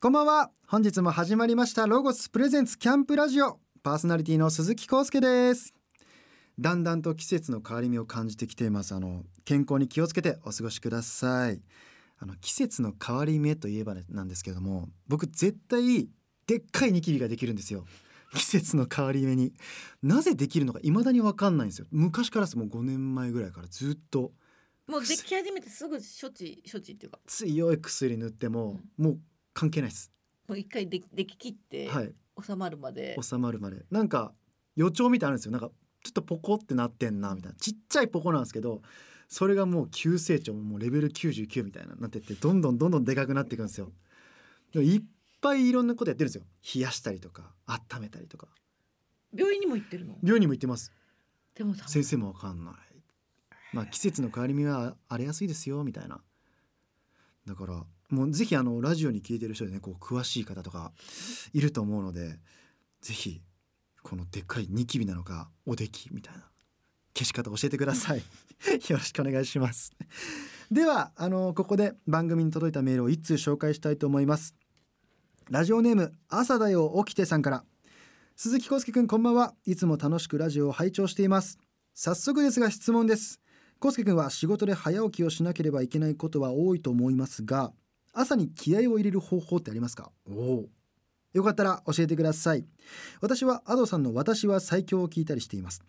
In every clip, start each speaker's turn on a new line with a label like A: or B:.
A: こんばんは本日も始まりましたロゴスプレゼンツキャンプラジオパーソナリティの鈴木康介ですだんだんと季節の変わり目を感じてきていますあの健康に気をつけてお過ごしくださいあの季節の変わり目といえばねなんですけども僕絶対でっかいニキビができるんですよ季節の変わり目になぜできるのか未だに分かんないんですよ昔からですもう5年前ぐらいからずっと
B: もうでき始めてすぐ処置処置っていうか
A: 強い薬塗っても、もう関係ないです
B: もう一回できでききって
A: はい
B: 収まるまで、
A: 収まるまでなんか予兆みたいなのあるんですよなんかちょっとポコってなってんなみたいなちっちゃいポコなんですけどそれがもう急成長もうレベル99みたいななってってどんどんどんどんでかくなっていくんですよでもいっぱいいろんなことやってるんですよ冷やしたりとか温めたりとか
B: 病院にも行ってるの
A: 病院にも行ってます
B: でもさ
A: 先生もわかんないまあ季節の変わり目は荒れやすいですよみたいなだからもうぜひあのラジオに聞いてる人でねこう詳しい方とかいると思うのでぜひこのでっかいニキビなのかおできみたいな消し方教えてくださいよろしくお願いしますではあのここで番組に届いたメールを一通紹介したいと思いますラジオネーム朝だよ起きてさんから鈴木康介くんこんばんはいつも楽しくラジオを拝聴しています早速ですが質問です康介くんは仕事で早起きをしなければいけないことは多いと思いますが朝に気合を入れる方法ってありますかおおよかったら教えてください私はアドさんの私は最強を聞いたりしています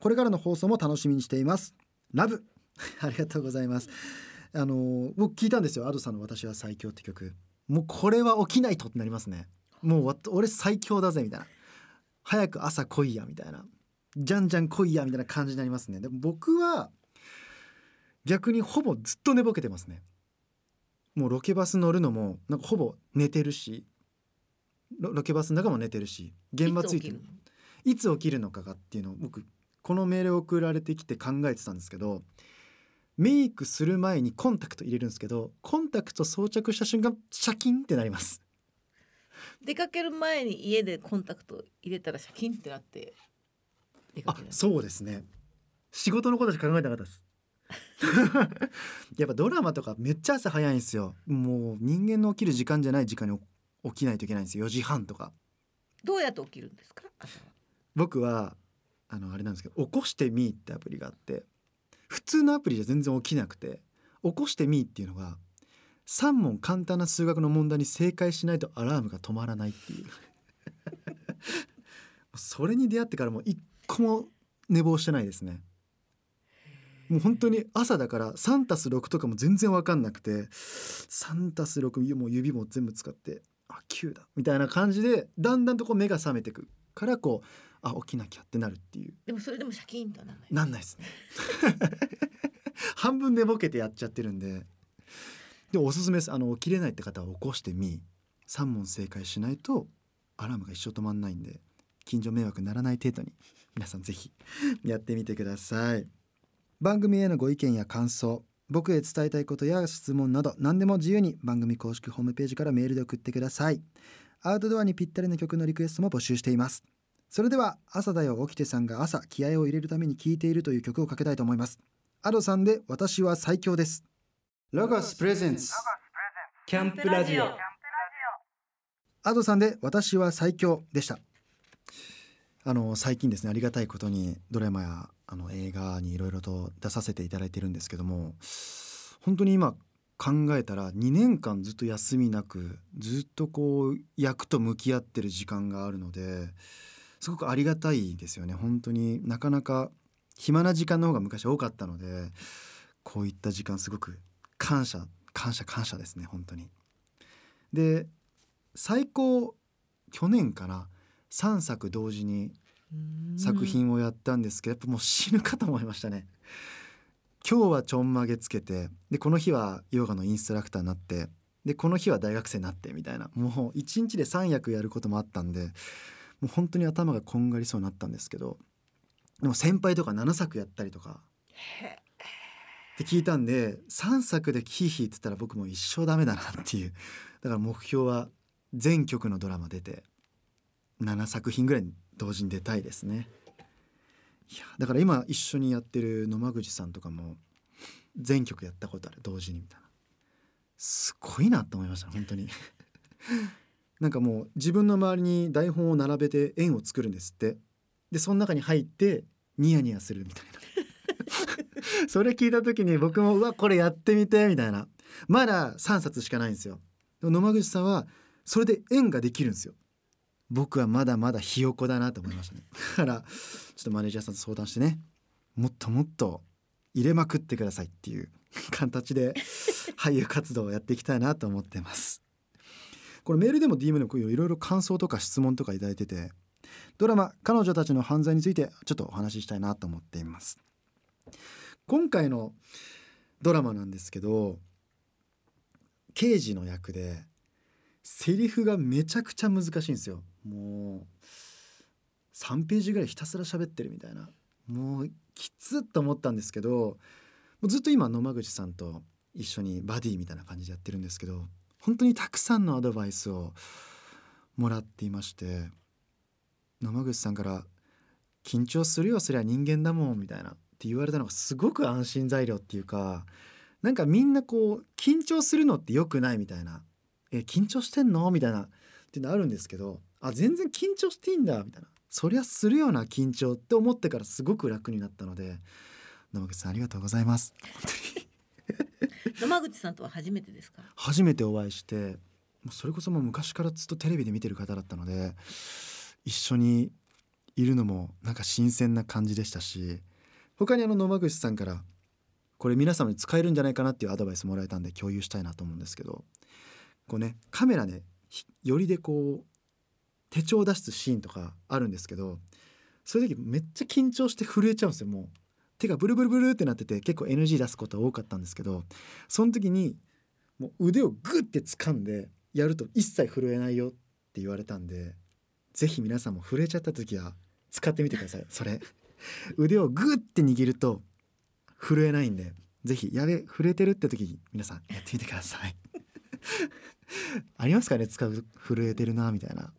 A: これからの放送も楽しみにしていますラブ ありがとうございますあのー僕聞いたんですよアドさんの私は最強って曲もうこれは起きないとってなりますねもうわ俺最強だぜみたいな早く朝来いやみたいなじゃんじゃん来いやみたいな感じになりますねでも僕は逆にほぼずっと寝ぼけてますねもうロケバス乗るのもなんかほぼ寝てるしロロケバスの中も寝てるし現場ついて
B: き
A: る
B: る
A: いつ起きるのかがっていうのを僕このメール送られてきて考えてたんですけどメイクする前にコンタクト入れるんですけどコンタクト装着した瞬間シャキンってなります
B: 出かける前に家でコンタクト入れたらシャキンってなって出か
A: あ
B: ける
A: そうですね仕事のことしか考えてなかったですやっぱドラマとかめっちゃ朝早いんですよもう人間の起きる時間じゃない時間に起きないといけないんですよ4時半とか
B: どうやって起きるんですか朝は
A: 僕はあのあれなんですけど「起こしてみー」ってアプリがあって普通のアプリじゃ全然起きなくて「起こしてみー」っていうのが3問簡単な数学の問題に正解しないとアラームが止まらないっていう それに出会ってからもう一個も寝坊してないですねもう本当に朝だから3たす6とかも全然分かんなくて3たす6もう指も全部使ってあ9だみたいな感じでだんだんとこう目が覚めてくからこうあ起きなきゃってなるっていう
B: でもそれでもシャキンとはならない
A: なんないですね半分寝ぼけてやっちゃってるんででもおすすめですあの起きれないって方は起こしてみ3問正解しないとアラームが一生止まんないんで近所迷惑にならない程度に皆さんぜひやってみてください番組へのご意見や感想僕へ伝えたいことや質問など何でも自由に番組公式ホームページからメールで送ってくださいアウトドアにぴったりな曲のリクエストも募集していますそれでは朝だよ起きてさんが朝気合を入れるために聴いているという曲をかけたいと思いますアドさんで私は最強ですロゴスプレゼンツ
C: キャンプラジオ。
A: アドさんで私は最強でしたあの最近ですねありがたいことにドラマやあの映画にいろいろと出させていただいてるんですけども本当に今考えたら2年間ずっと休みなくずっとこう役と向き合ってる時間があるのですごくありがたいですよね本当になかなか暇な時間の方が昔多かったのでこういった時間すごく感謝感謝感謝ですね本当に。で最高去年かな3作同時に作品をやったんですけど、やっぱもう死ぬかと思いましたね。今日はちょんまげつけてでこの日はヨガのインストラクターになってでこの日は大学生になってみたいなもう一日で3役やることもあったんでもう本当に頭がこんがりそうになったんですけどでも先輩とか7作やったりとかって聞いたんで3作でヒーヒーって言ったら僕もう一生ダメだなっていうだから目標は全曲のドラマ出て7作品ぐらい同時に出たいですねいやだから今一緒にやってる野間口さんとかも全曲やったことある同時にみたいなすごいなと思いました本当に なんかもう自分の周りに台本を並べて円を作るんですってでその中に入ってニヤニヤするみたいな それ聞いた時に僕もうわこれやってみてみたいなまだ3冊しかないんですよでも野間口さんはそれで円ができるんですよ僕はまだまだひよこだなと思いましたね だからちょっとマネージャーさんと相談してねもっともっと入れまくってくださいっていう 形で俳優活動をやっていきたいなと思ってますこれメールでも DM でもこういういろいろ感想とか質問とか頂いただいててドラマ「彼女たちの犯罪」についてちょっとお話ししたいなと思っています今回のドラマなんですけど刑事の役でセリフがめちゃくちゃ難しいんですよもう3ページぐらいひたすら喋ってるみたいなもうきつっと思ったんですけどもうずっと今野間口さんと一緒にバディみたいな感じでやってるんですけど本当にたくさんのアドバイスをもらっていまして野間口さんから「緊張するよそりゃ人間だもん」みたいなって言われたのがすごく安心材料っていうかなんかみんなこう緊張するのって良くないみたいな「え緊張してんの?」みたいなっていうのあるんですけど「あ全然緊張していいんだ」みたいな「そりゃするような緊張」って思ってからすごく楽になったので野間口さんありがとうございます。本当に
B: 野間口さんとは初めてですか。
A: 初めてお会いしてもうそれこそもう昔からずっとテレビで見てる方だったので一緒にいるのもなんか新鮮な感じでしたし他にあの野間口さんからこれ皆様に使えるんじゃないかなっていうアドバイスもらえたんで共有したいなと思うんですけどこうねカメラでひよりでこう手帳を出すシーンとかあるんですけどそういう時めっちゃ緊張して震えちゃうんですよもう手がブルブルブルってなってて結構 NG 出すことは多かったんですけどその時にもう腕をグッて掴んでやると一切震えないよって言われたんでぜひ皆さんも震えちゃった時は使ってみてくださいそれ 腕をグッて握ると震えないんでぜひやべ震えてるって時に皆さんやってみてください ありますかね使う震えてるなみたいな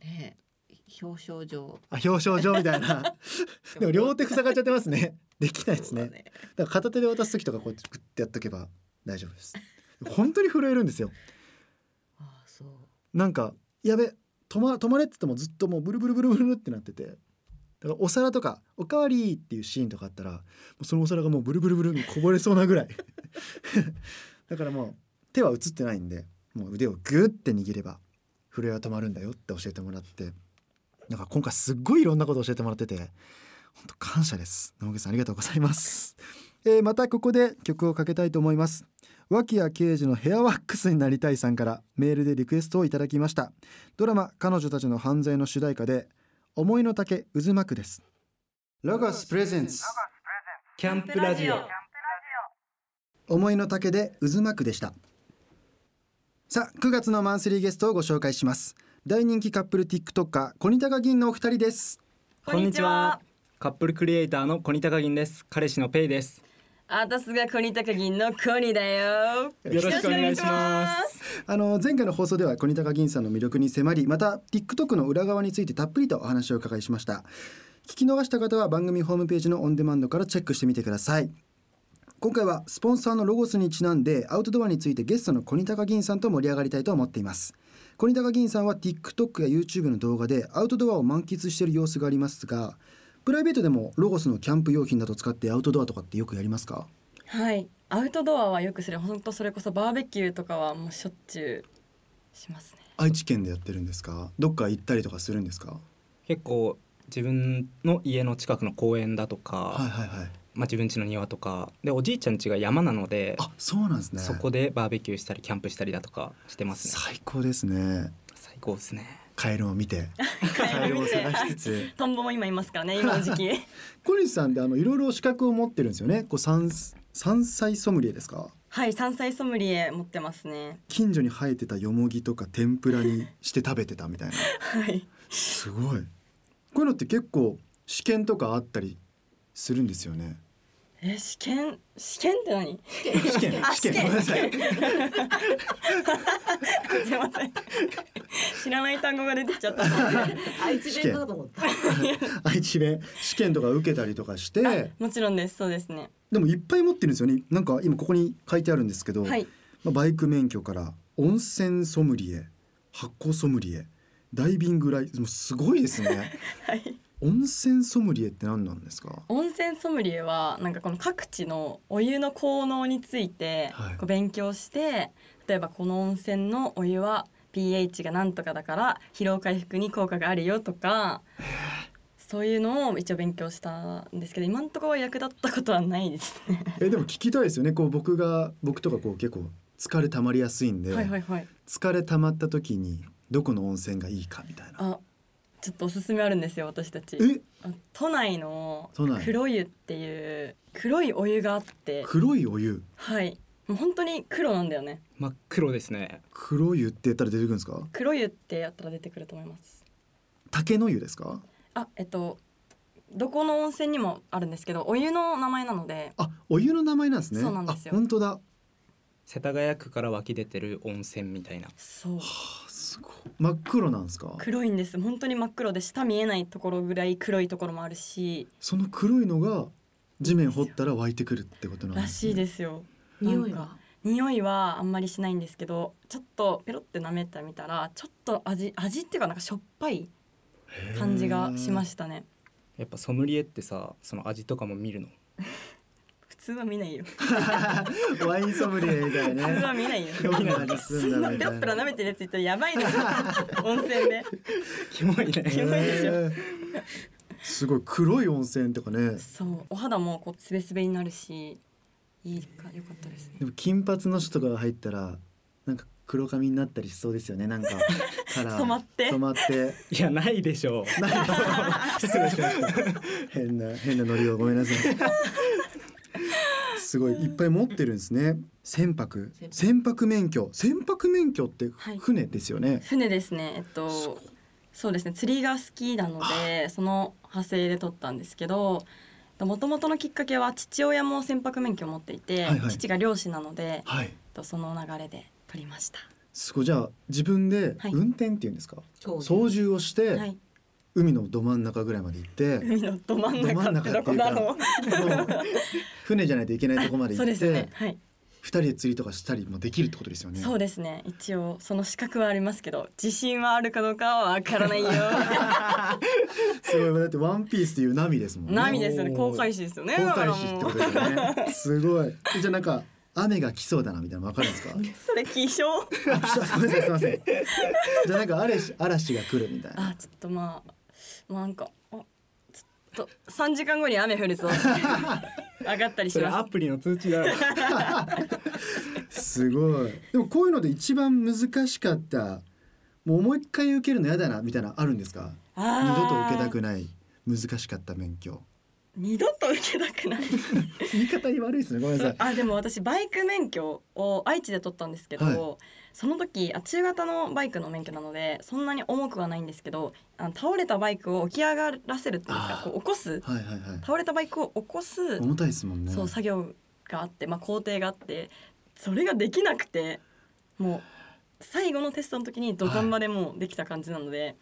B: ねえ、表彰状。
A: あ表彰状みたいな でも両手塞がっちゃってますねできないです
B: そう
A: ね
B: だね。
A: だから片手で渡す時とかこうやってグッてやっとけば大丈夫です本当に震えるんですよ
B: ああ、そう。
A: なんかやべ止ま止まれって言ってもずっともうブルブルブルブルってなっててだからお皿とか「おかわり!」っていうシーンとかあったらもうそのお皿がもうブルブルブルにこぼれそうなぐらい だからもう手は映ってないんでもう腕をグッて握れば震えは止まるんだよって教えてもらってなんか今回すっごいいろんなこと教えてもらってて本当感謝です野口さんありがとうございます、えーまたここで曲をかけたいと思います脇谷刑事のヘアワックスになりたいさんからメールでリクエストをいただきましたドラマ彼女たちの犯罪の主題歌で思いの丈渦巻くですロゴスプレゼンツ
C: キャンプラジオ
A: 思いの丈で渦巻くでしたさあ9月のマンスリーゲストをご紹介します大人気カップル TikToker 小似高銀のお二人です
B: こんにちは。
D: カップルクリエイターの小仁高銀です彼氏のペイです
E: あたすがコニタカ銀のコニだよ。。
D: よろしくお願いします
A: あの前回の放送では小似高銀さんの魅力に迫りまた TikTok の裏側についてたっぷりとお話をお伺いしました聞き逃した方は番組ホームページのオンデマンドからチェックしてみてください今回はスポンサーのロゴスにちなんでアウトドアについてゲストの小似高銀さんと盛り上がりたいと思っています小似高銀さんは TikTok や YouTube の動画でアウトドアを満喫している様子がありますがプライベートでもロゴスのキャンプ用品など使ってアウトドアとかってよくやりますか
E: はい、アウトドアはよくする。本当それこそバーベキューとかはもうしょっちゅうしますね。
A: 愛知県でやってるんですかどっか行ったりとかするんですか
D: 結構自分の家の近くの公園だとか、
A: はいはいはい
D: まあ、自分家の庭とかでおじいちゃん家が山なので
A: あそうなんですね
D: そこでバーベキューしたりキャンプしたりだとかしてますね
A: 最高ですね
D: 最高ですね
A: カエルを見て カエルを探しつつ
E: トンボも今いますからね、今の 時期。
A: 小西さんってあのいろいろ資格を持ってるんですよねこう山山菜ソムリエですか
E: はい、山菜ソムリエ持ってますね。
A: 近所に生えてたよもぎとか天ぷらにして食べてたみたいな
E: はい。
A: すごいこういうのって結構試験とかあったりするんですよね
E: え、試験、試験って何？
A: 試験
E: あ
A: 試験ごめんなさい
E: すいません。 知らない単語が出てきちゃった。
B: 愛知弁かと思った。
A: 愛知弁試験とか受けたりとかして
E: もちろんです。そうですね。
A: でもいっぱい持ってるんですよねなんか今ここに書いてあるんですけど、
E: はい。
A: まあ、バイク免許から温泉ソムリエ発酵ソムリエダイビングライもうすごいですね
E: はい、
A: 温泉ソムリエって何なんですか
E: 温泉ソムリエはなんかこの各地のお湯の効能について
A: はい
E: こう勉強して、例えばこの温泉のお湯は pH がなんとかだから疲労回復に効果があるよとかそういうのを一応勉強したんですけど今のところは役立ったことはないですね。
A: えでも聞きたいですよねこう僕が僕とかこう結構疲れたまりやすいんで、
E: はいはいはい。
A: 疲れたまった時にどこの温泉がいいかみたいな
E: あちょっとおすすめあるんですよ私たち。
A: え
E: あ都内の
A: 都内
E: 黒湯っていう黒いお湯があって
A: 黒いお湯
E: はいもう本当に黒なんだよね
D: 真っ黒ですね
A: 黒湯って言ったら出てくるんですか
E: 黒湯ってやったら出てくると思います
A: 竹の湯ですか
E: あえっとどこの温泉にもあるんですけどお湯の名前なので
A: あお湯の名前なんですね
E: そうなんですよ
A: あ本当だ
D: 世田谷区から湧き出てる温泉みたいな
E: そう
A: あすごい真っ黒なんですか
E: 黒いんです本当に真っ黒で下見えないところぐらい黒いところもあるし
A: その黒いのが地面掘ったら湧いてくるってことなん
E: ら
A: です、ね、
E: しいですよ
B: 匂い
E: なん
B: が
E: か匂いはあんまりしないんですけどちょっとペロって舐めてみたらちょっと味味っていうかなんかしょっぱい
A: す
E: 感じがしま
A: た
E: したね
D: やっぱソムリエってさその味とかも見るの
E: 普通は見ないよ
A: ワインソムリエみたい
E: 普通 は
A: なね
E: 見ないよ
A: どんな味す
E: そ
A: ん
E: ん
A: だ
E: な
A: ろう
E: ペロッペロ舐めてるやついたらや ばいな温泉で
D: キモいね
E: キモいでし
A: え
E: ょ
A: ーすごい黒い温泉とかね
E: そうお肌もこうすべすべになるしいいか良かったですね
A: でも金髪の人とかが入ったらなんか黒髪になったりしそうですよねなんかカラー
E: 染まって
A: 染まって
D: いやないでしょう
A: なんか失礼しました変な変なノリをごめんな さいすごいいっぱい持ってるんですね船舶船舶免許船舶免許って
E: はい
A: 船ですよね、
E: 船ですねえっ
A: すごい
E: とそうですね釣りが好きなのでその派生で取ったんですけどもともとのきっかけは父親も船舶免許を持っていて、
A: はいはい
E: 父が漁師なので
A: はい
E: えっとその流れで取りました
A: すごいじゃあ自分で
E: はい
A: 運転っていうんですか、
B: そう
A: 操縦をして、
E: はい
A: 海のど真ん中ぐらいまで行 って
E: 海のど真ん
A: ど真ん
E: 中
A: 中
E: って
A: っ
E: ど
A: て
E: こ
A: いう
E: だ
A: か
E: ろう
A: もう船じゃないといけないとこまで
E: そ
A: 行
E: う
A: っ
E: ですね
A: て
E: はい
A: 二、人で釣りとかしたりもできるってことですよね
E: そうですね一応その資格はありますけど自信はあるかどうかはわから ないよ
A: すごいだってワンピースっていうナミですもんね
E: ないですよね航海士ですよね
A: 航海士
E: だ
A: って
E: か
A: こ
E: ら
A: と
E: もう
A: ですよね。すごい。じゃあなんか雨が来そうだなみたいなの分かるんですか。
E: それ気象
A: あ来たごめんなさいすみません。じゃあなんか嵐嵐が来るみたいな。
E: あちょっとまあまあなんかあちょっと3時間後に雨降 るぞ上がったりし
D: それ
E: ま
D: ア
E: す
D: プリの通知だろ
A: すごい。でもこういうので一番難しかった。もうもう一回受けるのやだなみたいなのあるんですか。二
E: 二
A: 度と受けたくない難しかった免許。
E: 二度と受けたくない
A: 言い方悪いですね。ごめんなさい。
E: あでも私バイク免許を愛知で取ったんですけど、
A: はい
E: その時あ中型のバイクの免許なのでそんなに重くはないんですけどあの倒れたバイクを起き上がらせるっていうんです
A: あ
E: か
A: ー
E: こう起こす
A: はいはいはい。
E: 倒れたバイクを起こす、
A: 重たいですもんね。
E: そう作業があって、まあ、工程があってそれができなくてもう最後のテストの時に土壇場でもうできた感じなので、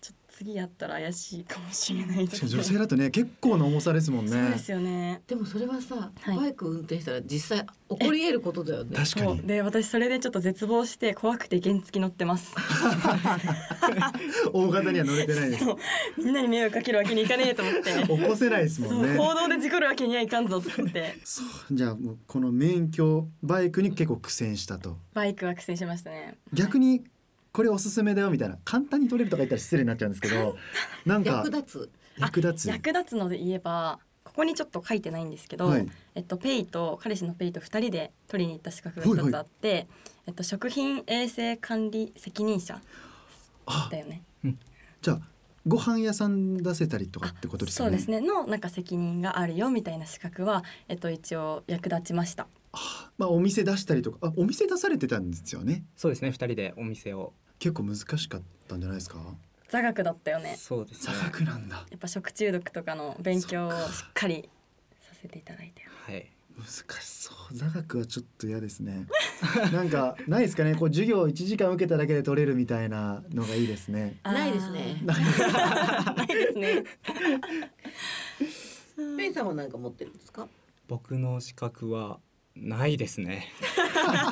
E: ちょっと次やったら怪しいかもしれないで
A: し
E: す
A: かも女性
E: ね
A: だとね結構な重さですもんね。
E: そうですよね。
B: でもそれはさ、
E: はい
B: バイク運転したら実際起こり得ることだよね。
A: 確か
E: そう
A: に。
E: で私それでちょっと絶望して怖くて原付乗ってます
A: 大型には乗れてないです。
E: そうみんなに迷惑かけるわけにいかねえと思って、
A: 起こせないですも
E: そ
A: んね。
E: う行動で事故るわけにはいかんぞと思って
A: そうじゃあもうこの免許バイクに結構苦戦したと
E: バイクは苦戦しましたね
A: 逆にこれおすすめだよみたいな簡単に取れるとか言ったら失礼になっちゃうんですけ どなんか
B: 役立つ。
A: 役立つ
E: 役立つので言えばここにちょっと書いてないんですけど、
A: はい
E: えっと、ペイと彼氏のペイと2人で取りに行った資格が1つあって、えっと、食品衛生管理責任者
A: あ
E: だよね。
A: じゃあご飯屋さん出せたりとかってことです
E: そ
A: よ
E: う
A: ね
E: ですねのなんか責任があるよみたいな資格は、えっと、一応役立ちました。
A: まあお店出したりとかあお店出されてたんですよね
D: そうですね二人でお店を
A: 結構難しかったんじゃないですか
E: 座学だったよね
D: そうです
A: 座
D: ね
A: 学なんだ
E: やっぱ食中毒とかの勉強をし
A: そっか
E: っかりさせていただいて
D: はい
A: 難しそう座学はちょっと嫌ですね なんかないですかねこう授業1時間受けただけで取れるみたいなのがいいです ね
B: ないですね。
E: あー ないですね
B: ペイさんは何か持ってるんですか。
D: 僕の資格はないです ね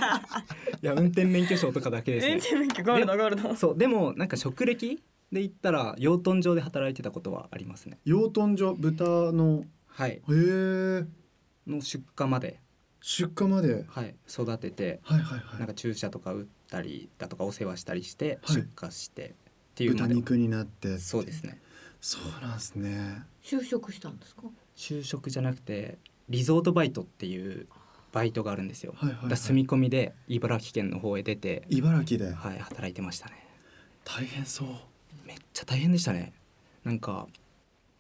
D: いや運転免許証とかだけです
E: 運
D: ね
E: 転免許ゴールドゴールド
D: そうでもなんか職歴で言ったら養豚場で働いてたことはありますね
A: 養豚場豚の
D: はい
A: へえ
D: の出荷まで、
A: 出荷まで
D: はい、育てて
A: はいはい
D: なん
A: は
D: か注射とか打ったりだとかお世話したりして
A: はい
D: 出荷して、って
A: い
D: いうま
A: 豚
D: で
A: 肉になって
D: そうですね
A: そうなんですね
B: 就職したんですか
D: 就職じゃなくてリゾートバイトっていうバイトがあるんですよ、
A: はいはい、は
D: だから
A: い、
D: 住み込みで茨城県の方へ出て、
A: 茨城で
D: はい、働いてましたね
A: 大変そう
D: めっちゃ大変でしたねなんか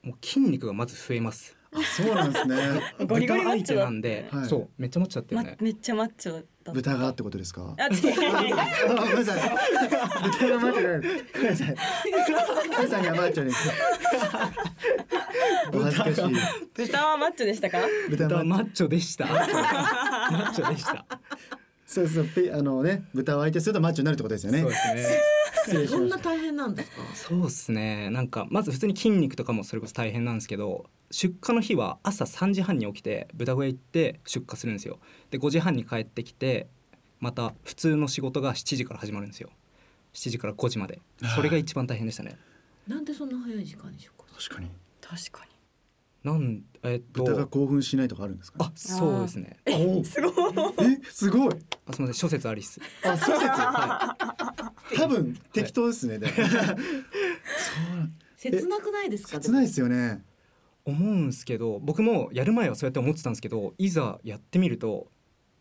D: もう筋肉がまず増えます
A: あそうなんですね
E: ゴリゴリマ
D: 豚相手
E: ッチョだ
D: なんで、
A: はい
D: そうめっちゃマッチョだったよ
E: ま
D: ね、
E: めっちゃマッチョだった
A: 豚がってことですか
E: あ違
A: あご
E: う
A: めんなさい。豚が マッチョです。ごめんなさい。皆さんにはマッチョです。お恥ずかしい。
E: 豚はマッチョでしたか
A: 豚マッ
D: 豚
A: チョ。
D: マッチョでした マッチョでした
A: そうそう、ペあのね、豚を相手するとマッチョになるってことですよね
D: そう。ですね
A: 失礼し
B: そ
A: ま
B: ん
A: し
B: な
A: た。
B: 大変なんですか
D: そうですねなんかまず普通に筋肉とかもそれこそ大変なんですけど出荷の日は朝3時半に起きて豚小屋行って出荷するんですよで5時半に帰ってきてまた普通の仕事が7時から始まるんですよ7時から5時までそれが一番大変でしたね
B: なんでそんな早い時間に出荷
A: 確かに。
E: 確か
D: なんえっと
A: 豚が興奮しないとかあるんですか、
D: あそうですね
A: ね。おう
E: にすごい
A: え、すごい。
D: あすみません諸説ありっす
A: あ、そう説。
D: は
A: 多分適当ですね。でもそうなん。
B: 切なくないですか
A: 切ないで
B: です
A: よね。
D: 思うんすけど僕もやる前はそうやって思ってたんですけどいざやってみると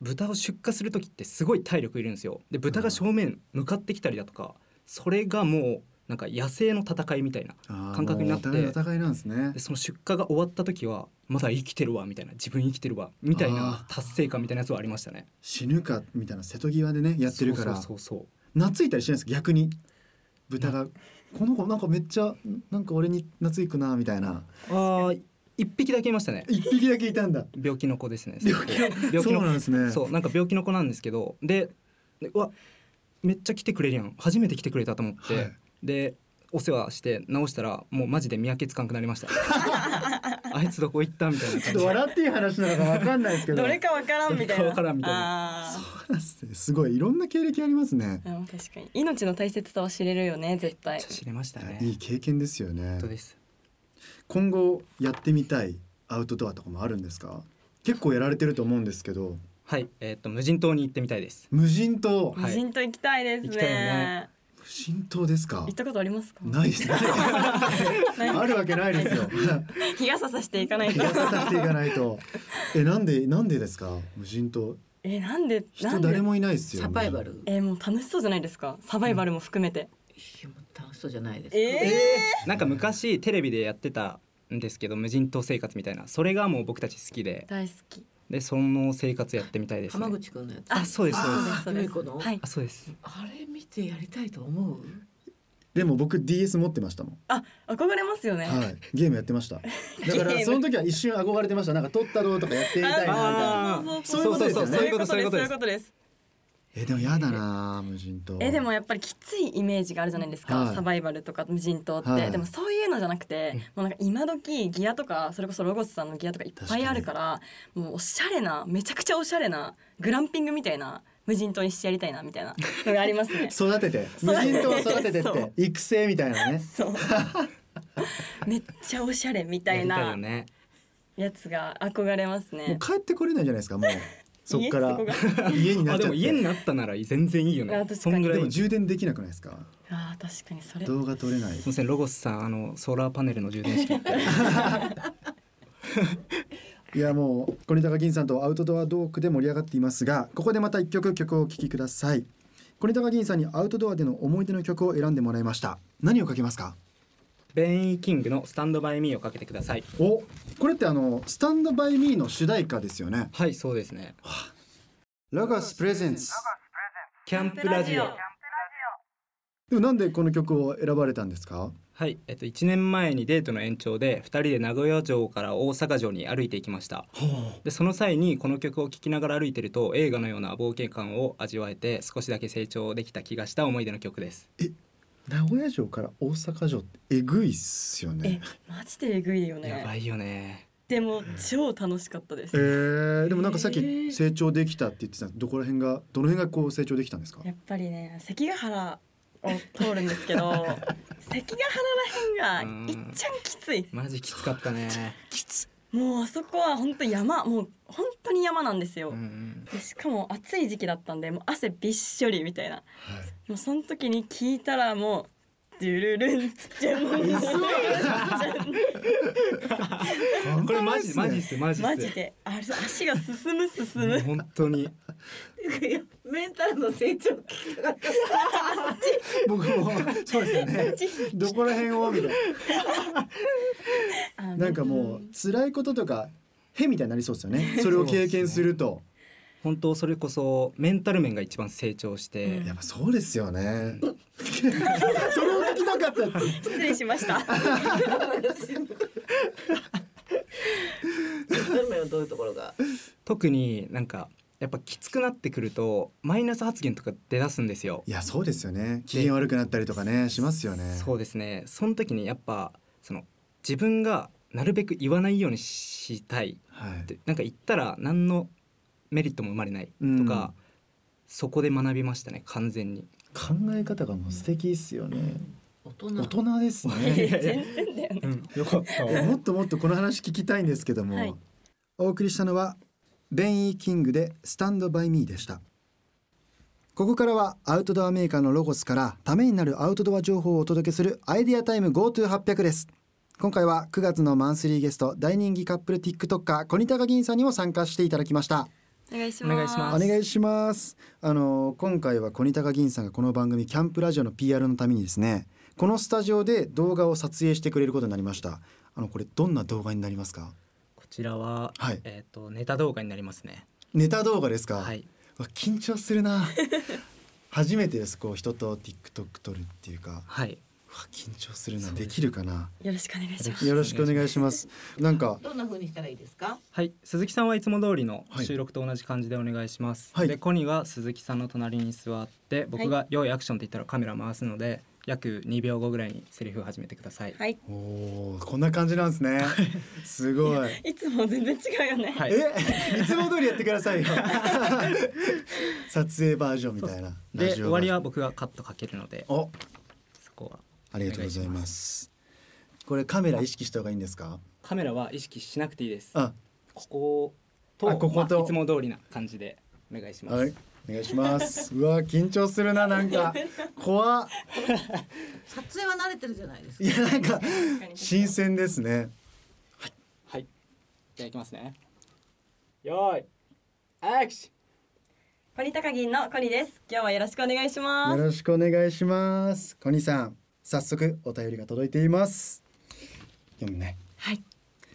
D: 豚を出荷する時ってすごい体力いるんですよで豚が正面向かってきたりだとかそれがもうなんか野生の戦いみたいな
A: あー
D: 感覚になって
A: もうお互いの戦いなんですね
D: で。その出荷が終わった時はまだ生きてるわみたいな自分生きてるわみたいな
A: あー
D: 達成感みたいなやつはありましたね
A: 死ぬかみたいな瀬戸際でね、やってるから。
D: そうそうそうそう
A: 懐いたりしないですか逆に豚がこの子なんかめっちゃなんか俺に懐いくなみたいな
D: あー一匹だけいましたね
A: 一匹だけいたんだ
D: 病気の子ですね
A: 病気の
D: 病気
A: そう
D: の
A: なんですね
D: そうなんか病気の子なんですけどででうわめっちゃ来てくれるやん初めて来てくれたと思って、
A: はい
D: でお世話して直したらもうマジで見分けつかんくなり ましたあいつどこ行ったみたい
A: ちょ
D: な感
A: っと
D: じ
A: 笑っていい話なのかわかんないですけど
E: どれかわからんみたいな
D: どれかわからんみたい
E: なあ
A: そうなんですねすごいいろんな経歴ありますね
E: ーでも確かに命の大切さは知れるよね絶
D: め
E: 対
D: っちゃ知れましたね
A: いい経験ですよね
D: 本当です
A: 今後やってみたいアウトドアとかもあるんですか結構やられてると思うんですけど
D: はいえっと無人島に行ってみたいです
A: 無人島
D: はい
E: 無人島行きたいです
D: 行きたいよ
E: ね
D: ね
A: 無人島ですか
E: 行ったことありますか
A: ない ですね
E: ない
A: あるわけないですよ
E: 日傘さしていかない
A: 気
E: と
A: がささせていかないとえなんでなんでですか無人島
E: えなんでな
A: 人
E: んで
A: 誰もいないですよ、ね。
B: サバイバル
E: えもう楽しそうじゃないですかサバイバルも含めて、
B: いやもう楽しそうじゃないです
E: え
D: なんか昔テレビでやってたんですけど無人島生活みたいなそれがもう僕たち好きで
E: 大好き
D: でその生活やってみたいですね
B: 浜口くんのやつ
D: あそうですそうです
E: そうです
B: 良い子の
E: はい
D: あそうです
B: あれ見てやりたいと思う
A: でも僕 DS 持ってましたもん。
E: あ憧れますよね、
A: はい、ゲームやってました。だか
E: ゲー
A: ら
E: ム
A: その時は一瞬憧れてました。なんか撮ったろうとかやってみたいな。
E: あ
A: そうそうそうそう
E: そういうことですそういうことですそういうことです
A: えでもやだな無人島。
E: えでもやっぱりきついイメージがあるじゃないですか、
A: はい
E: サバイバルとか無人島って、
A: はい
E: でもそういうのじゃなくて、
D: うん
E: もうなんか今時ギアとかそれこそロゴスさんのギアとかいっぱいあるからもうおしゃれなめちゃくちゃおしゃれなグランピングみたいな無人島にしてやりたいなみたいなのがあります ね
A: 育てて無
E: 育てて
A: 人島を育ててっ
E: そう
A: て育成みたいなね。
E: そうめっちゃおしゃれみた
D: や
E: い
D: りたい
E: な
D: よね
E: やつが憧れます
A: も
E: ね
A: う。帰ってこれないじゃないです かもう。そっから
E: 家そこが
A: 家にな
D: あ
A: っち
D: で
A: ゃっ
D: も
A: て。
D: 家に
A: で
D: なったなら全然いいよ
E: あ
D: ね
E: 確かに
D: そんぐらいいい
A: も充電できなくないですか。
E: あー確かにそれ
A: 動画撮れない。
D: すみませんロゴスさんあのソーラーパネルの充電式って
A: いやもう小根高銀さんとアウトドアトークで盛り上がっていますがここでまた一曲曲をお聴きください小根高銀さんにアウトドアでの思い出の曲を選んでもらいました何をかけますか
D: ベン・イー・キングの「スタンド・バイ・ミー」をかけてください
A: おこれってあのスタンドバイミーの主題歌ですよね
D: はいそうですね
A: ラガスプレゼンツ
D: キャンプラジオ
A: でもなんでこの曲を選ばれたんですか
D: はい、えっと、1年前にデートの延長で2人で名古屋城から大阪城に歩いていきましたでその際にこの曲を聴きながら歩いてると映画のような冒険感を味わえて少しだけ成長できた気がした思い出の曲です
A: 名古屋城から大阪城ってえぐいっすよ
E: え
A: ね
E: マジでえぐいよね
D: やばいよね
E: でも超楽しかったです
A: え。ー、でもなんかさっ
B: え
A: き
B: ー
A: 成長できたって言ってたどこら辺がどの辺がこう成長できたんですか
E: やっぱりね関ヶ原を通るんです けど関ヶ原らへんがいっちゃんきつい。
D: マジきつかった ね。
A: きつ
E: もうあそこは本当山もう本当に山なんですよ。
D: うん
E: でしかも暑い時期だったんでもう汗びっしょりみたいな
A: はい
E: もうその時に聞いたらもう「ドゥルルンつっちゃもう」
D: うんこれマジマジっ
A: す
D: すマジっす。
E: マジであれ足が進む進
D: もう
E: む
D: 本当に
B: いやメンタルの成長聞きたかった
A: 僕もそうですよ ねどこら辺をみたい
E: あの
A: ななんかもう辛いこととかへみたいになりそうですよねそれを経験すると
D: 本当それこそメンタル面が一番成長し
E: う
D: て
E: ん
A: やっぱ そうですよねそれを聞きたかったって
E: 失礼しました
B: メンタル面はどういうところが
D: 特になんかやっぱきつくなってくるとマイナス発言とか出だすんですよ。
A: いやそうですよね機嫌悪くなったりとかねしますよね
D: そうですねその時にやっぱその自分がなるべく言わないようにしたい
A: はい
D: ってなんか言ったら何のメリットも生まれないとか、そこで学びましたね完全に
A: 考え方がもう素敵ですよね
B: 大人
A: 大人ですね
E: 全然だよね
D: よか った
A: いやもっともっとこの話聞きたいんですけども、
E: はい
A: お送りしたのはベンイーキングでスタンドバイミーでしたここからはアウトドアメーカーのロゴスからためになるアウトドア情報をお届けするアイデアタイム GoTo800 です今回は9月のマンスリーゲスト大人気カップル TikToker 小仁高銀さんにも参加していただきました
E: お願いし
D: ますお願いし
A: お
D: ま
A: 願いしますあの今回は小仁高銀さんがこの番組キャンプラジオの PR のためにですねこのスタジオで動画を撮影してくれることになりましたあのこれどんな動画になりますか
D: こちらは、
A: はい
D: えっ、とネタ動画になりますね
A: ネタ動画ですか、
D: はい
A: わ緊張するな初めてですこう人と TikTok 撮るっていうかわ
D: はい
A: 緊張するな
D: そう
A: で
D: です
A: きるかな
E: よろしくお願いします
A: よろしくお願いしますなんか
B: どんな風にしたらいいですか
D: はい鈴木さんはいつも通りの
A: はい
D: 収録と同じ感じでお願いします、
A: はい
D: でコニーは鈴木さんの隣に座って僕が「用意アクション」って言ったらカメラ回すので約2秒後ぐらいにセリフを始めてください、
E: はい
A: おーこんな感じなんですねすごい
E: いつも全然違うよね、
D: はい
A: え いつも通りやってくださいよ 撮影バージョンみたいな
D: で
A: ラジ
D: 終
A: オバ
D: わ
A: ージ
D: り
A: ョン
D: は僕がカットかけるので
A: お
D: そこは
A: ありがとうございますこれカメラ意識した方がいいんですか
D: カメラは意識しなくていいです
A: あ
D: ここと
A: あここと
D: まあいつも通りな感じでお願いします、
A: はいお願いしますうわ緊張するななんか怖っ
B: 撮影は慣れてるじゃないですか
A: いやなんか新鮮ですね
D: はい。じゃあいきますね。よーい。アクシ
E: コニタカギンのコニです今日はよろしくお願いしま
A: よ
E: す
A: ろしくお願いしますコニーさん早速お便りが届いています読むね
E: はい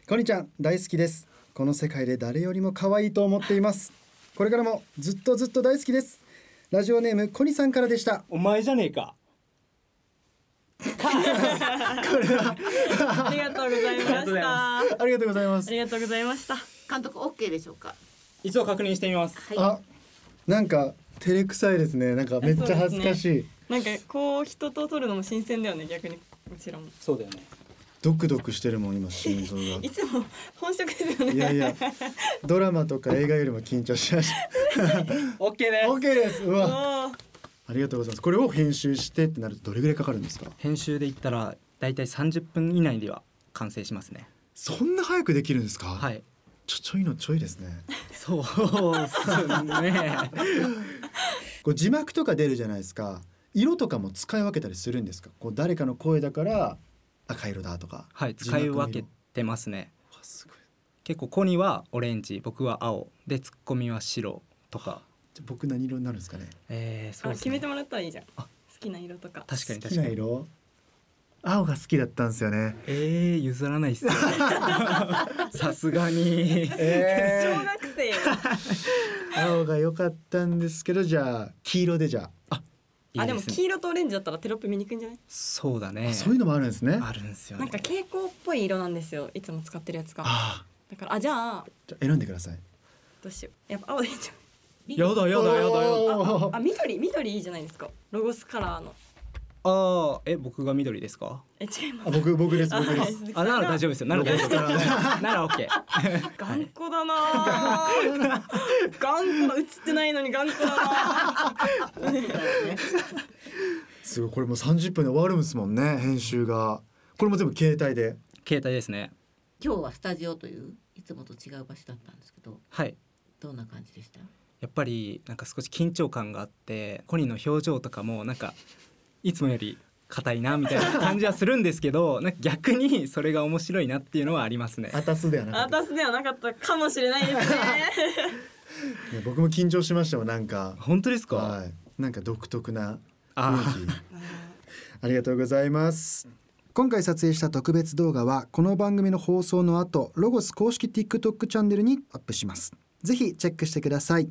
A: コニーちゃん大好きですこの世界で誰よりも可愛いと思っていますこれからもずっとずっと大好きですラジオネームコニーさんからでした
D: お前じゃねえか。
E: ありがとうございま
D: ありがとうござい
E: した
D: ま
E: あ
A: ありがとうございます
E: りがとうございました
B: 監督 OK でしょうか
D: 一度確認してみます。
A: あなんか照れくさいですねなんかめっちゃ恥ずかしい、
E: なんかこう人と撮るのも新鮮だよね逆にうちらも
D: そうだよね。
A: ドクドクしてるもん今心臓が
E: いつも本職ですよね
A: いやいやドラマとか映画よりも緊張しました
D: オッケーで
A: OK ですう
E: お
A: わ
E: ー
A: ありがとうございます。これを編集してってなるとどれぐらいかかるんですか。
D: 編集で言ったらだいたい三十分以内では完成しますね。
A: そんな早くできるんですか。。
D: はいい。
A: ちょちょいのちょいですね。
D: そうっすね。
A: こう字幕とか出るじゃないですか。色とかも使い分けたりするんですか。こう誰かの声だから赤色だとか。
D: はい。
A: 字
D: 使
A: 幕
D: い
A: の色
D: 分けてますね。
A: わすごい。
D: 結構コニはオレンジ、僕は青でツッコミは白とか。
A: じゃあ僕何色になるんですかね。
D: えー、そ
E: あ
D: うです
E: 決め
D: ね
E: て。もらったらいいじゃん好
D: あ
E: きな色とか
D: 確かに
A: 好
D: 確
A: き
D: か
A: な
D: に。
A: 色。青が好きだったんですよね。
D: えー、譲らないっすよ。 さすがに。
A: え
E: 小学生よ
A: え青が良かったんですけどじゃあ黄色でじゃ
E: あでも
D: すね
E: 黄色とオレンジだったらテロップ見にくいんじゃない
D: そうだ
A: あ、
D: ね。
A: そういうのもあるんですね。
D: あるんですよ
E: な
D: ね
E: んか。蛍光っぽい色なんですよいつも使ってるやつが
A: ああ。
E: だからあじゃあ
A: じゃあ選んでください。
E: どうしようやっぱ青でいいんじゃん
D: やだやだやだやだ。
A: おー
E: あ緑緑いいじゃないですかロゴスカラーの
D: ああえ僕が緑ですか
E: え違いま
A: あ僕僕です
E: す。
A: 僕です。
E: 鈴木さ
D: あ
E: んが
D: なら大丈夫ですよなら大丈夫ですなら OK
E: 頑固だなぁ。頑固だ映ってないのに頑固だなぁ。
A: すごいこれもう30分で終わるんですもんね編集が。これも全部携帯で。
D: 携帯ですね
B: 今日はスタジオといういつもと違う場所だったんですけど
D: はい
B: どんな感じでした
D: やっぱりなんか少し緊張感があってコニーの表情とかもなんかいつもより硬いなみたいな感じはするんですけ どなんか逆にそれが面白いなっていうのはありますね
A: あたすではな
E: あ
A: く
E: たすではなかったかもしれないですね。
A: て、ね、僕も緊張しましたもんなんか。
D: 本当ですか、
A: はい。なんか独特な
D: あ
A: 雰囲気。ありがとうございます。今回撮影した特別動画はこの番組の放送の後ロゴス公式 TikTok チャンネルにアップしますぜひチェックしてください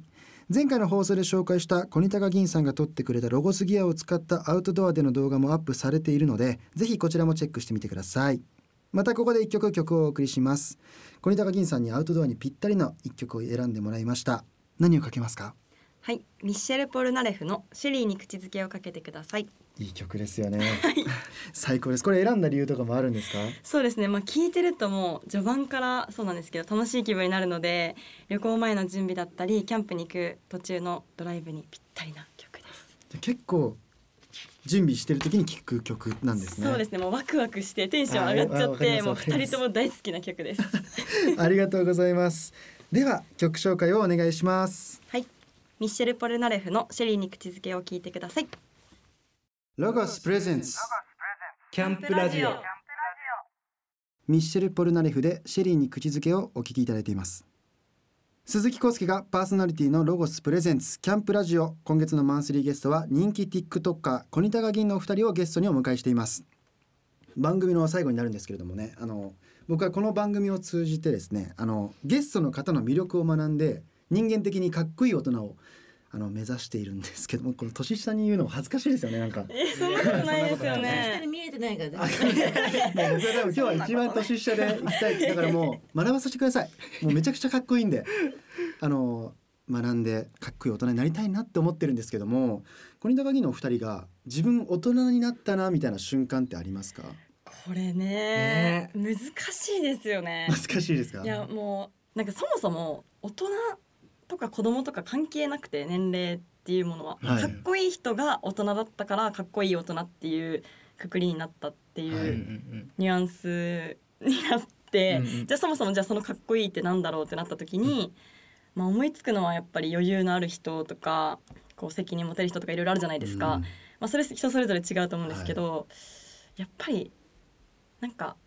A: 前回の放送で紹介した小高銀さんが撮ってくれたロゴスギアを使ったアウトドアでの動画もアップされているのでぜひこちらもチェックしてみてくださいまたここで一曲曲をお送りします小高銀さんにアウトドアにぴったりの一曲を選んでもらいました何をかけますか
E: はい、ミッシェル・ポルナレフのシェリーに口づけをかけてください。
A: いい曲ですよね最高ですこれ選んだ理由とかもあるんですか
E: そうですね。まあ聞いてるともう序盤からそうなんですけど楽しい気分になるので、旅行前の準備だったりキャンプに行く途中のドライブにぴったりな曲です。
A: 結構準備してる時に聴く曲なんですね
E: そうですね。もうワクワクしてテンション上がっちゃ
A: あ
E: っ
A: ー
E: て、
A: わ
E: も
A: わ
E: う
A: かります
E: 二人とも大好きな曲です。
A: ありがとうございますでは曲紹介をお願いします
E: はい、ミッシェル・ポルナレフのシェリーに口づけを聞いてください。
A: ロゴスプレゼンツ
D: キャンプラジオ
A: ミッシェル・ポルナレフでシェリーに口づけをお聞きいただいています鈴木康介がパーソナリティのロゴスプレゼンツキャンプラジオ今月のマンスリーゲストは人気 TikToker 小仁高銀のお二人をゲストにお迎えしています番組の最後になるんですけれどもねあの僕はこの番組を通じてですねあのゲストの方の魅力を学んで人間的にかっこいい大人をあの目指しているんですけどもこの年下に言うのも恥ずかしいですよねなんか
E: え、そんなことないですよ
B: 下
E: ね
B: に。見えてないから
A: あ
B: 大丈
A: ごめん なさいもう僕は多分今日は一番年下で行きたいだからもう学ばさせてくださいもうめちゃくちゃかっこいいんであの学んでかっこいい大人になりたいなって思ってるんですけども小仁高木のお二人が自分大人になったなみたいな瞬間ってありますか
E: これね
D: ね
E: 難しいですよね。
A: 難しいですか
E: いやもうなんかそもそも大人とか子供とか関係なくて年齢っていうものは、
A: はい
E: かっこいい人が大人だったからかっこいい大人っていうくくりになったって
D: うんう
E: いうんニュアンスになって、
D: うんうん
E: じゃあそもそもじゃあそのかっこいいってなんだろうってなった時に、まあ、思いつくのはやっぱり余裕のある人とかこう責任持てる人とかいろいろあるじゃないですか、
A: うん
E: まあ、それ人それぞれ違うと思うんですけど、やっぱりなんか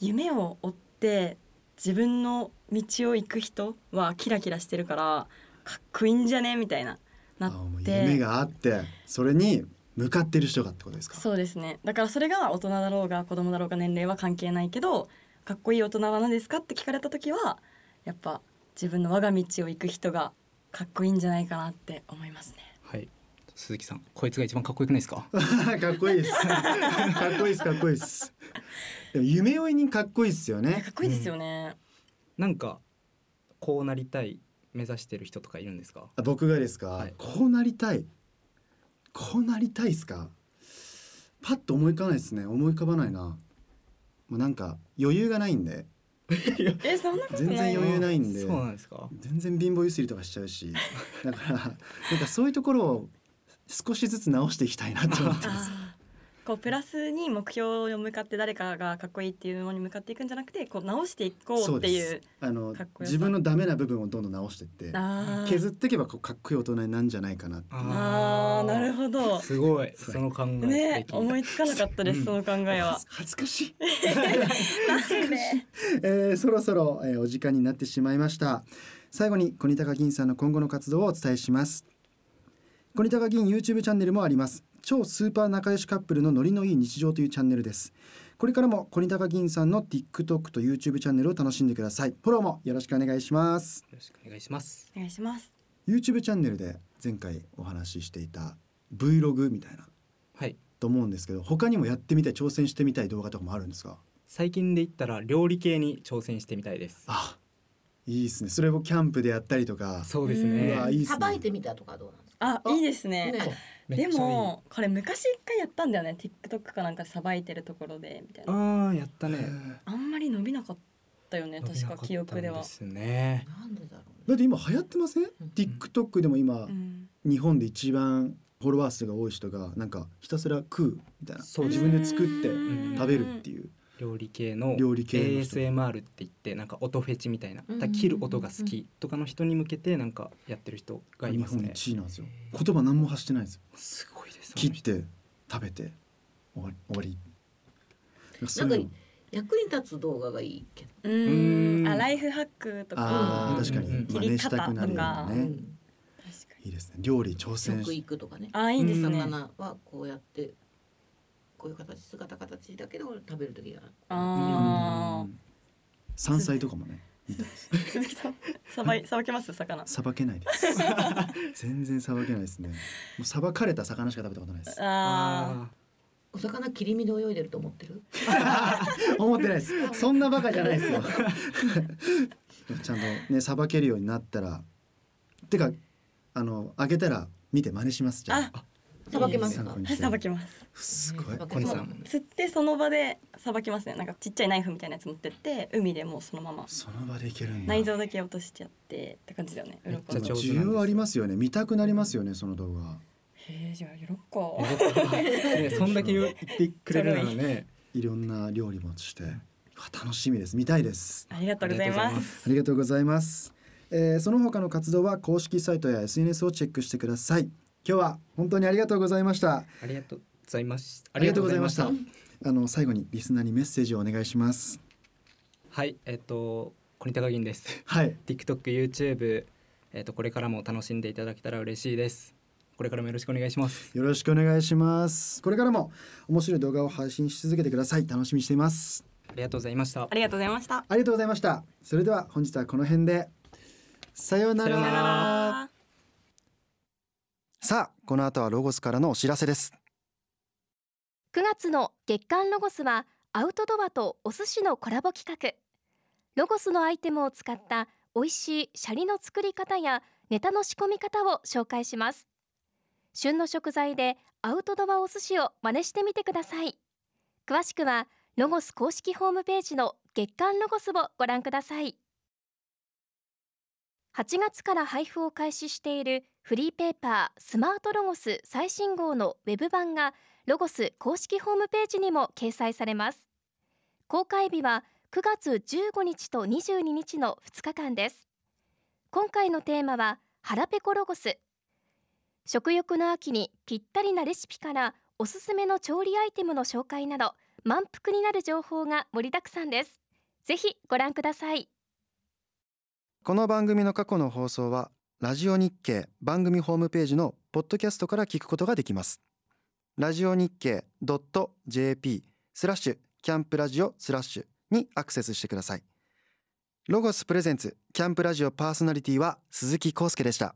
E: 夢を追って自分の道を行く人はキラキラしてるからかっこいいんじゃねみたいなな
A: あ
E: っ
A: もう
E: て
A: 夢があってそれに向かってる人がってことですか
E: そうですねだからそれが大人だろうが子供だろうが年齢は関係ないけどかっこいい大人は何ですかって聞かれた時はやっぱ自分の我が道を行く人がかっこいいんじゃないかなって思いますね
D: はい鈴木さんこいつが一番かっこよくないですか
A: かっこいいです かっこいいですかっこいいですでも夢追いにかっこいいですよ
E: いや
A: ね
E: かっこいいですよね、
D: なんかこうなりたい目指してる人とかいるんですか
A: あ僕がですか、
D: はい
A: こうなりたいこうなりたいですかパッと思い浮かないですね思い浮かばないなもうなんか余裕がないんで
E: えそんなこと
A: 全
E: ない
A: 然
E: よ
A: 余裕ないんで
D: そうなんですか
A: 全然貧乏ゆすりとかしちゃうしだから なんかそういうところを少しずつ直していきたいなと思ってます
E: あーこうプラスに目標に向かって誰かがかっこいいっていうのに向かっていくんじゃなくてこう直していこうっていう
A: あの
E: かっこよさ
A: 自分のダメな部分をどんどん直してって
E: あー
A: 削っていけばこうかっこいい大人になるんじゃないかなって
E: あーなる
D: ほ
E: ほど
D: すごいその考え
E: ね
D: 素敵
E: 思いつかなかったです、
D: うん
E: その考えは
A: 恥ずかしい
E: なんで
A: えーそろそろ、えーお時間になってしまいました最後に小仁高銀さんの今後の活動をお伝えします小仁高銀 YouTube チャンネルもあります超スーパー仲良しカップルのノリのいい日常というチャンネルですこれからも小仁高銀さんの TikTok と YouTube チャンネルを楽しんでくださいフォローもよろしくお願いします
D: よろしくお願いします
E: お願いします
A: YouTube チャンネルで前回お話ししていた Vlog みたいな
D: はい
A: と思うんですけど他にもやってみたい挑戦してみたい動画とかもあるんですか
D: 最近で言ったら料理系に挑戦してみたいです
A: あいいですねそれをキャンプでやったりとか
D: そうです
E: う
D: ね
A: わいいっす
B: 夫
A: ね
B: さばいてみたとかどうなんですか
E: あ
B: あ
E: いいですね
B: ね
D: めっちゃ
E: で
D: いい
E: もこれ昔一回やったんだよね TikTok かなんかさばいてるところでみたいな
D: ああやったね
E: あんまり伸びなかったよね
D: 伸び
E: 確
D: な
E: か
D: ったん
E: 記憶では
D: ですね
B: なんでだろう
A: だ
B: ね
A: って今流行ってません TikTok でも今、
E: うん
A: 日本で一番フォロワー数が多い人がなんかひたすら食うみたいな
D: そう
A: 自分で作って
E: うん
A: 食べるっていう
D: 料理系の
A: 料理系の人
D: ASMR って言ってなんか音フェチみたいな
B: うん
D: だから切る音が好きとかの人に向けてなんかやってる人がい
A: 日
D: ます
A: 本
D: ね
A: 一位なんですよ言葉何も発してないんですよ
D: すごいです
A: 切って食べて終わり終わりなんかそういうの
B: なんか役に立つ動画がいいけど、
E: うーん
D: うん
E: あライフハックとか
A: あー
B: うん
A: 確か
D: う
A: に
D: ん
A: 真
E: 切り
A: 似し
E: 方
A: たくなるような
E: と
B: う
E: か
A: ね
B: ん、
E: 確かに
A: いいですね料理挑戦
B: 食
A: し
B: 育とかね
E: あいいですね
B: 魚はこうやってこういう形姿形だけど食べる時が
E: あ
D: うん
A: 山菜とかもね見たいです
E: ー鈴木さんさばいさばけます魚
A: さばけないです 全然さばけないですねもうさばかれた魚しか食べたことないです
E: あ
D: あ
B: お魚切り身で泳いでると思ってる
A: 思ってないですそんなバカじゃないですよちゃんとねさばけるようになったらてかあのあげたら見て真似しますじゃあ
B: さばけます
A: 参
B: か
A: 考に
E: ー
A: して
E: さばきます
A: すごい
B: ね
D: 小西さん
E: 釣ってその場でさばきますねなんかちっちゃいナイフみたいなやつ持ってって海でもうそのまま
A: その場でいけるんだ
E: 内臓だけ落としちゃってって感じだよね
D: めっち
E: 鱗
D: ゃ上手なんで
E: の
D: す
A: 需要ありますよね見たくなりますよねその動画
E: へえじゃあ鱗こ
D: ねそんだけ言ってくれるならね
A: いろんな料理もしてあ楽しみです見たいです
E: ありがとうございます
A: ありがとうございます、えー、その他の活動は公式サイトや SNS をチェックしてください今日は本当にありがとうございました
D: ありがとうございます
A: ありがとうございましたあの最後にリスナーにメッセージをお願いします
D: はいえっと小西高銀です
A: はい
D: TikTok、YouTube えっとこれからも楽しんでいただけたら嬉しいですこれからもよろしくお願いします
A: よろしくお願いしますこれからも面白い動画を配信し続けてください楽しみにしています
D: ありがとうございました
E: ありがとうございました
A: ありがとうございましたそれでは本日はこの辺でさような
D: さようなら
A: らさあこの後はロゴスからのお知らせです
F: 9月の月間ロゴスはアウトドアとお寿司のコラボ企画ロゴスのアイテムを使った美味しいシャリの作り方やネタの仕込み方を紹介します旬の食材でアウトドアお寿司を真似してみてください詳しくはロゴス公式ホームページの月間ロゴスをご覧ください8月から配布を開始しているフリーペーパースマートロゴス最新号のウェブ版がロゴス公式ホームページにも掲載されます公開日は9月15日と22日の2日間です今回のテーマは腹ペコロゴス食欲の秋にぴったりなレシピからおすすめの調理アイテムの紹介など満腹になる情報が盛りだくさんですぜひご覧ください
A: この番組の過去の放送はラジオ日経番組ホームページのポッドキャストから聞くことができますラジオ日経 .jp スラッシュキャンプラジオスラッシュにアクセスしてくださいロゴスプレゼンツキャンプラジオパーソナリティは鈴木康介でした